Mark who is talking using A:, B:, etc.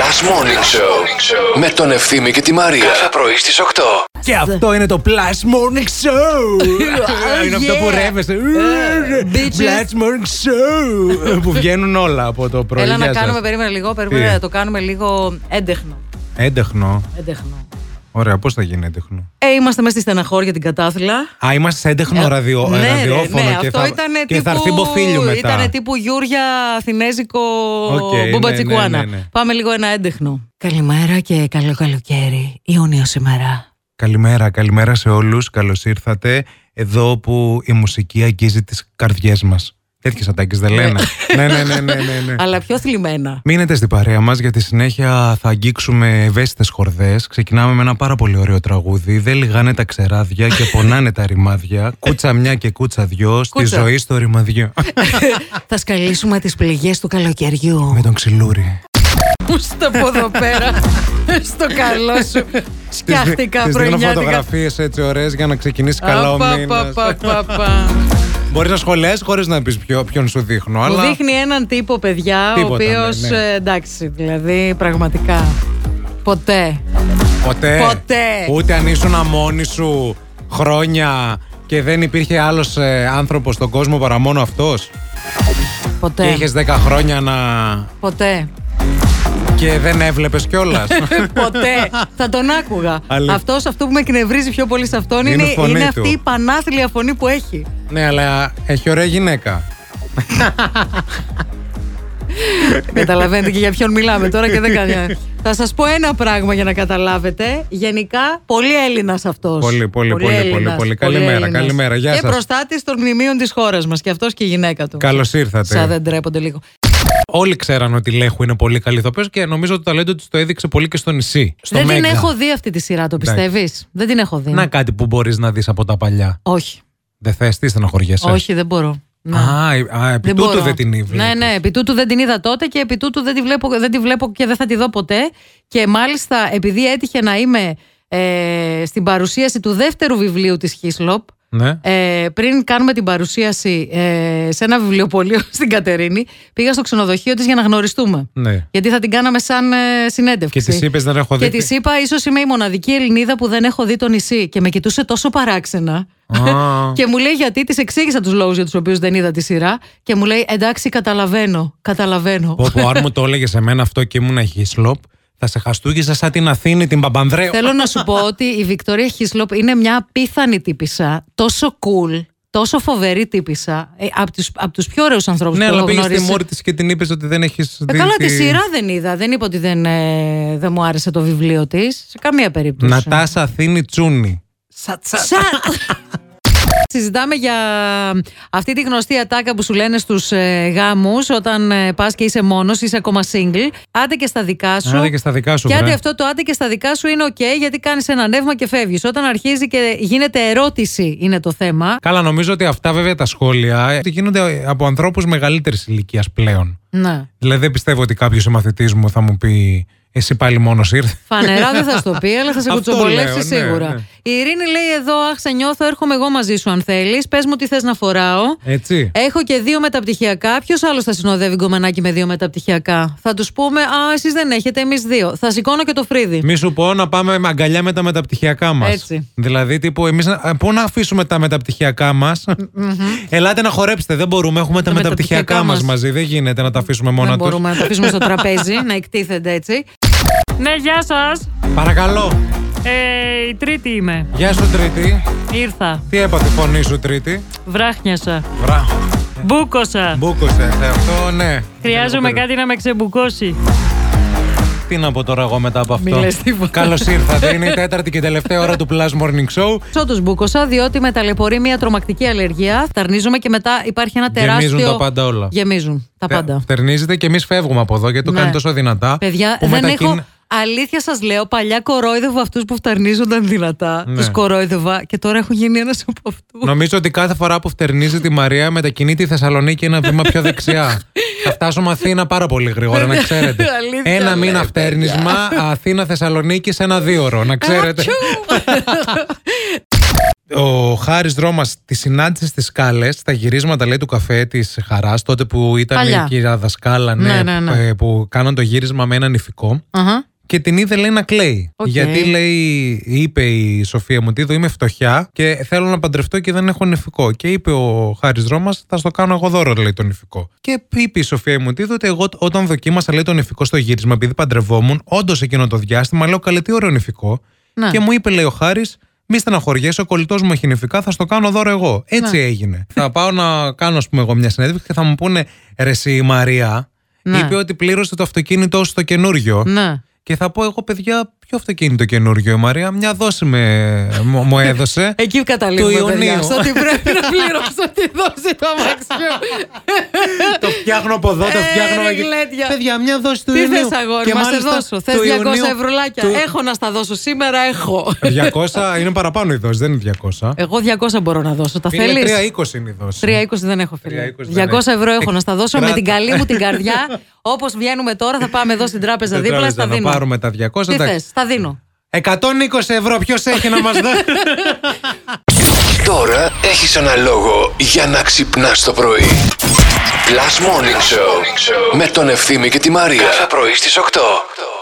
A: Last Morning Show με τον Ευθύμη και τη Μαρία. Κάθε πρωί στις 8.
B: Και αυτό είναι το Plus Morning Show.
C: Oh,
B: είναι αυτό που
C: yeah.
B: ρεύεσαι.
C: Ε, bitches.
B: Plus Morning Show. Που βγαίνουν όλα από το πρωί.
C: Έλα
B: Γεια
C: να
B: σας.
C: κάνουμε, περίμενα λίγο, περίμενα
B: Τι?
C: να το κάνουμε λίγο έντεχνο.
B: Έντεχνο.
C: Έντεχνο.
B: Ωραία, πώς θα γίνει έντεχνο.
C: Ε, είμαστε μέσα στη στεναχώρια την κατάθλια.
B: Α, είμαστε σε έντεχνο
C: Ε,
B: ραδιο,
C: ναι, ρε,
B: ραδιόφωνο
C: ναι,
B: και,
C: αυτό
B: θα,
C: ήταν
B: και
C: τύπου,
B: θα έρθει μποφίλιο μετά.
C: Ήταν τύπου Γιούρια Αθηνέζικο
B: Οκ, ναι, ναι,
C: Μπουμπατσικουάνα.
B: ναι, ναι.
C: Πάμε λίγο ένα έντεχνο. Καλημέρα και καλό καλοκαίρι. Ιούνιο σήμερα.
B: Καλημέρα, καλημέρα σε όλους, καλώς ήρθατε εδώ που η μουσική αγγίζει τις καρδιές μας. Τέτοιες ατάκες δεν λένε. ναι, ναι, ναι, ναι, ναι, ναι.
C: Ε. Αλλά πιο θλιμμένα.
B: Μείνετε στην παρέα μας γιατί συνέχεια θα αγγίξουμε ευαίσθητες χορδές. Ξεκινάμε με ένα πάρα πολύ ωραίο τραγούδι. Δεν λιγάνε τα ξεράδια και πονάνε τα ρημάδια. Κούτσα μια και κούτσα δυο στη
C: Κούτσα.
B: ζωή στο ρημαδιό.
C: Θα σκαλίσουμε τις πληγές του καλοκαιριού.
B: με τον ξυλούρι.
C: Πού στο από εδώ πέρα. Στο καλό σου. Σκιάχτηκα
B: Τις δίνω
C: πρωινιάτικα.
B: φωτογραφίες έτσι ωραίες για να ξεκινήσει καλά ο
C: Απα,
B: μήνας.
C: πα, πα, πα, πα.
B: Μπορείς να σχολιάσεις χωρίς να πεις ποιο- ποιον σου δείχνω.
C: Μου
B: αλλά...
C: δείχνει έναν τύπο, παιδιά, ο
B: Τίποτα,
C: οποίος.
B: ναι, ναι.
C: Εντάξει, δηλαδή πραγματικά. Ποτέ.
B: Ποτέ.
C: Ποτέ.
B: Ούτε αν ήσουν μόνη σου χρόνια και δεν υπήρχε άλλος άνθρωπος στον κόσμο παρά μόνο αυτός.
C: Ναι.
B: Και
C: Ποτέ.
B: είχε 10 χρόνια να.
C: Ποτέ.
B: και δεν έβλεπες κιόλας.
C: Ποτέ. Θα τον άκουγα.
B: Αλήθεια.
C: Αυτός αυτό που με εκνευρίζει πιο πολύ σε αυτόν
B: Είναι
C: είναι,
B: η φωνή
C: είναι
B: του.
C: αυτή η πανάθλια φωνή που έχει.
B: ναι, αλλά έχει ωραία γυναίκα.
C: Καταλαβαίνετε και για ποιον μιλάμε τώρα και δεν κάνει. Θα σας πω ένα πράγμα για να καταλάβετε. Γενικά, πολύ Έλληνας αυτός.
B: Πολύ, πολύ, πολύ, πολύ, πολύ. Καλημέρα, καλημέρα. Γεια
C: και
B: σας.
C: προστάτης των μνημείων της χώρας μας. Και αυτός και η γυναίκα του.
B: Καλώς ήρθατε.
C: Σαν δεν τρέπονται λίγο.
B: Όλοι ξέραν ότι η Λέχου είναι πολύ καλή ηθοποιός και νομίζω ότι το ταλέντο της το έδειξε πολύ και στο νησί. Στο
C: δεν την
B: Μέγκα.
C: έχω δει αυτή τη σειρά, το
B: Εντάξει.
C: πιστεύεις. Δεν την έχω δει.
B: Να κάτι που μπορείς να δεις από τα παλιά.
C: Όχι.
B: Δεν θες, τι στεναχωριέσαι.
C: Όχι, δεν μπορώ. Ναι.
B: Α, ε, α, επί
C: δεν
B: τούτου
C: μπορώ.
B: δεν την ήβλε.
C: Ναι, ναι, επί τούτου δεν την είδα τότε και επί τούτου δεν τη βλέπω, δεν τη βλέπω και δεν θα τη δω ποτέ. Και μάλιστα επειδή έτυχε να είμαι ε, στην παρουσίαση του δεύτερου βιβλίου της Χίσλοπ,
B: ναι.
C: ε, πριν κάνουμε την παρουσίαση ε, σε ένα βιβλιοπωλείο στην Κατερίνη, πήγα στο ξενοδοχείο της για να γνωριστούμε.
B: ναι.
C: Γιατί θα την κάναμε σαν ε, συνέντευξη.
B: Και τη είπες δεν έχω
C: Και
B: δει.
C: τη είπα, ίσως είμαι η μοναδική Ελληνίδα που δεν έχω δει το νησί. Και με κοιτούσε τόσο παράξενα.
B: Α.
C: και μου λέει γιατί, της εξήγησα τους λόγους για τους οποίους δεν είδα τη σειρά. Και μου λέει, εντάξει, καταλαβαίνω. Καταλαβαίνω.
B: Πω, πω, αν μου το έλεγες σε μένα αυτό και ήμουν χισλοπ, θα σε χαστούγιζα σαν την Αθήνη, την Παπανδρέου.
C: Θέλω να σου πω ότι η Βικτόρια Χίσλοπ είναι μια απίθανη τύπησα. Τόσο cool, τόσο φοβερή τύπησα. Ε, από τους απ τους πιο ωραίους ανθρώπους
B: Ναι,
C: που
B: αλλά
C: έχω
B: πήγες στη
C: γνωρίσει.
B: μόρη της και την είπες ότι δεν έχεις
C: Ε,
B: δει.
C: καλά, τη σειρά δεν είδα. Δεν είπα ότι δεν, ε, δεν μου άρεσε το βιβλίο της. Σε καμία περίπτωση.
B: Νατάσα Αθήνη Τσούνη.
C: Σαν- Συζητάμε για αυτή τη γνωστή ατάκα που σου λένε στους ε, γάμους όταν ε, πας και είσαι μόνος, είσαι ακόμα single. Άντε και στα δικά σου.
B: Άντε και στα δικά σου.
C: Και άντε
B: βρε.
C: αυτό το άντε και στα δικά σου είναι οκ, γιατί κάνεις ένα ανέβημα και φεύγεις. Όταν αρχίζει και γίνεται ερώτηση είναι το θέμα.
B: Καλά, νομίζω ότι αυτά βέβαια τα σχόλια ε, γίνονται από ανθρώπους μεγαλύτερης ηλικίας πλέον.
C: Ναι.
B: Δηλαδή δεν πιστεύω ότι κάποιος μαθητής μου θα μου πει Εσύ πάλι μόνος ήρθες.
C: Φανερά δεν θα σου το πει, αλλά θα σε
B: Αυτό
C: κουτσομπολέψει
B: λέω, ναι,
C: σίγουρα.
B: ναι.
C: Η Ειρήνη λέει εδώ: Αχ, σε νιώθω, έρχομαι εγώ μαζί σου αν θέλεις. Πες μου τι θες να φοράω.
B: Έτσι.
C: Έχω και δύο μεταπτυχιακά. Ποιος άλλος θα συνοδεύει γκομενάκι με δύο μεταπτυχιακά. Θα τους πούμε, Α, εσείς δεν έχετε, εμείς δύο. Θα σηκώνω και το φρύδι.
B: Μη σου πω να πάμε με αγκαλιά με τα μεταπτυχιακά μας.
C: Έτσι.
B: Δηλαδή, τύπου, εμείς πού να αφήσουμε τα μεταπτυχιακά μας. Ελάτε να χορέψετε. Δεν μπορούμε. Έχουμε τα,
C: Τα
B: μεταπτυχιακά
C: μεταπτυχιακά
B: μας
C: μας.
B: μαζί. Δεν γίνεται να τα αφήσουμε μόνα
C: Δεν
B: τους.
C: μπορούμε να τα αφήσουμε στο τραπέζι, να εκτίθενται έτσι.
D: Ναι, γεια σας.
B: Παρακαλώ.
D: Ε, η τρίτη είμαι.
B: Γεια σου, Τρίτη.
D: Ήρθα.
B: Τι έπαθε η φωνή σου, Τρίτη.
D: Βράχνιασα.
B: Μπράβο.
D: Μπούκοσα.
B: Μπούκωσε. Ε, Αυτό, ναι.
D: Χρειάζομαι
B: Λίγο
D: κάτι να με ξεμπουκώσει.
B: περί- Τι να πω τώρα εγώ μετά από
C: Μη
B: αυτό.
C: λες τίποτα.
B: Καλώς ήρθατε. Είναι η τέταρτη και τελευταία ώρα του Plus Morning Show.
C: Ξότου μπούκοσα, διότι με ταλαιπωρεί μια τρομακτική αλλεργία. Ταρνίζομαι και μετά υπάρχει ένα
B: Γεμίζουν
C: τεράστιο.
B: τα πάντα όλα. Ε,
C: Γεμίζουν τα πάντα.
B: Φτερνίζετε και εμείς φεύγουμε από εδώ γιατί το
C: Ναι.
B: κάνει τόσο δυνατά.
C: Παιδιά,
B: που
C: δεν
B: μετακιν-
C: έχω. Αλήθεια σας λέω, παλιά κορόιδευα αυτούς που φτερνίζονταν δυνατά.
B: Ναι.
C: Τους Του κορόιδευα και τώρα έχω γίνει ένας από αυτούς.
B: Νομίζω ότι κάθε φορά που φτερνίζει τη Μαρία μετακινεί τη Θεσσαλονίκη ένα βήμα πιο δεξιά. Θα φτάσουμε Αθήνα πάρα πολύ γρήγορα, να ξέρετε.
C: αλήθεια
B: ένα
C: λέω,
B: μήνα
C: παιδιά.
B: φτερνισμα Ναι. Αθήνα-Θεσσαλονίκη σε ένα δίωρο, να ξέρετε.
C: Ατσού!
B: ο Χάρης Δρόμας τη συνάντησε στις σκάλες, στα γυρίσματα λέει του καφέ της Χαράς, τότε που ήταν
C: Παλιά.
B: η κυρία δασκάλα,
C: Ναι, ναι, ναι.
B: ε, που κάναν το γύρισμα με έναν ηφικό.
C: Αχα.
B: Και την είδε λέει να κλαίει.
C: Οκ.
B: Γιατί λέει, είπε η Σοφία μου, Είμαι φτωχιά και θέλω να παντρευτώ και δεν έχω νηφικό. Και είπε ο Χάρης Δρόμα, Θα στο κάνω εγώ δώρο, λέει το νηφικό. Και είπε η Σοφία μου, ότι εγώ όταν δοκίμασα, λέει το νηφικό στο γύρισμα, επειδή παντρευόμουν, όντως εκείνο το διάστημα, λέω καλέ τι ωραίο νηφικό.
C: Ναι.
B: Και μου είπε, λέει ο Χάρης, μη στεναχωριέσαι, ο κολλητός μου έχει νηφικά, θα στο κάνω δώρο εγώ. Έτσι έγινε. θα πάω να κάνω, ας πούμε, εγώ μια συνέντευξη και θα μου πούνε, Ρε εσύ η Μαρία,
C: Ναι.
B: είπε ότι πλήρωσε το αυτοκίνητό σου το καινούριο.
C: Ναι.
B: Και θα πω εγώ, παιδιά, ποιο αυτοκίνητο καινούργιο η Μαρία. Μια δόση με, μου μου έδωσε.
C: Εκεί
B: Του
C: καταλήγουμε, παιδιά.
B: Ιουνίου.
C: Στο ότι πρέπει να πληρώσω τη δόση του αμαξιού.
B: το φτιάχνω από εδώ, το
C: Ε,
B: φτιάχνω
C: ρε
B: εκεί.
C: γλέντια.
B: Παιδιά, μια δόση του
C: Τι
B: Ιουνίου.
C: θες, αγόρι, μα σε
B: μάλιστα
C: δώσω. Θε
B: του
C: 200
B: Ιουνίου
C: ευρουλάκια.
B: του-
C: Έχω να στα δώσω σήμερα, έχω.
B: 200 είναι παραπάνω η δόση, δεν είναι 200.
C: Εγώ 200 μπορώ να δώσω. Τα
B: Είναι
C: θέλεις.
B: 320 είναι η δόση.
C: 3,20 δεν έχω φίλε.
B: 3,20 δεν
C: 200 ευρώ
B: έχει.
C: έχω να στα δώσω με
B: Κράτα.
C: την καλή μου την καρδιά. Όπως βγαίνουμε τώρα, θα πάμε εδώ στην τράπεζα
B: Δεν
C: δίπλα.
B: τράβηξε
C: Στα
B: να
C: δίνω.
B: πάρουμε τα 200.
C: Τι
B: εντάξει.
C: θες, τα δίνω.
B: 120 ευρώ, ποιος έχει να μας δώσει.
A: Τώρα έχεις ένα λόγο για να ξυπνάς το πρωί. Last Morning Show με τον Ευθύμη και τη Μαρία. Κάθε πρωί στις 8.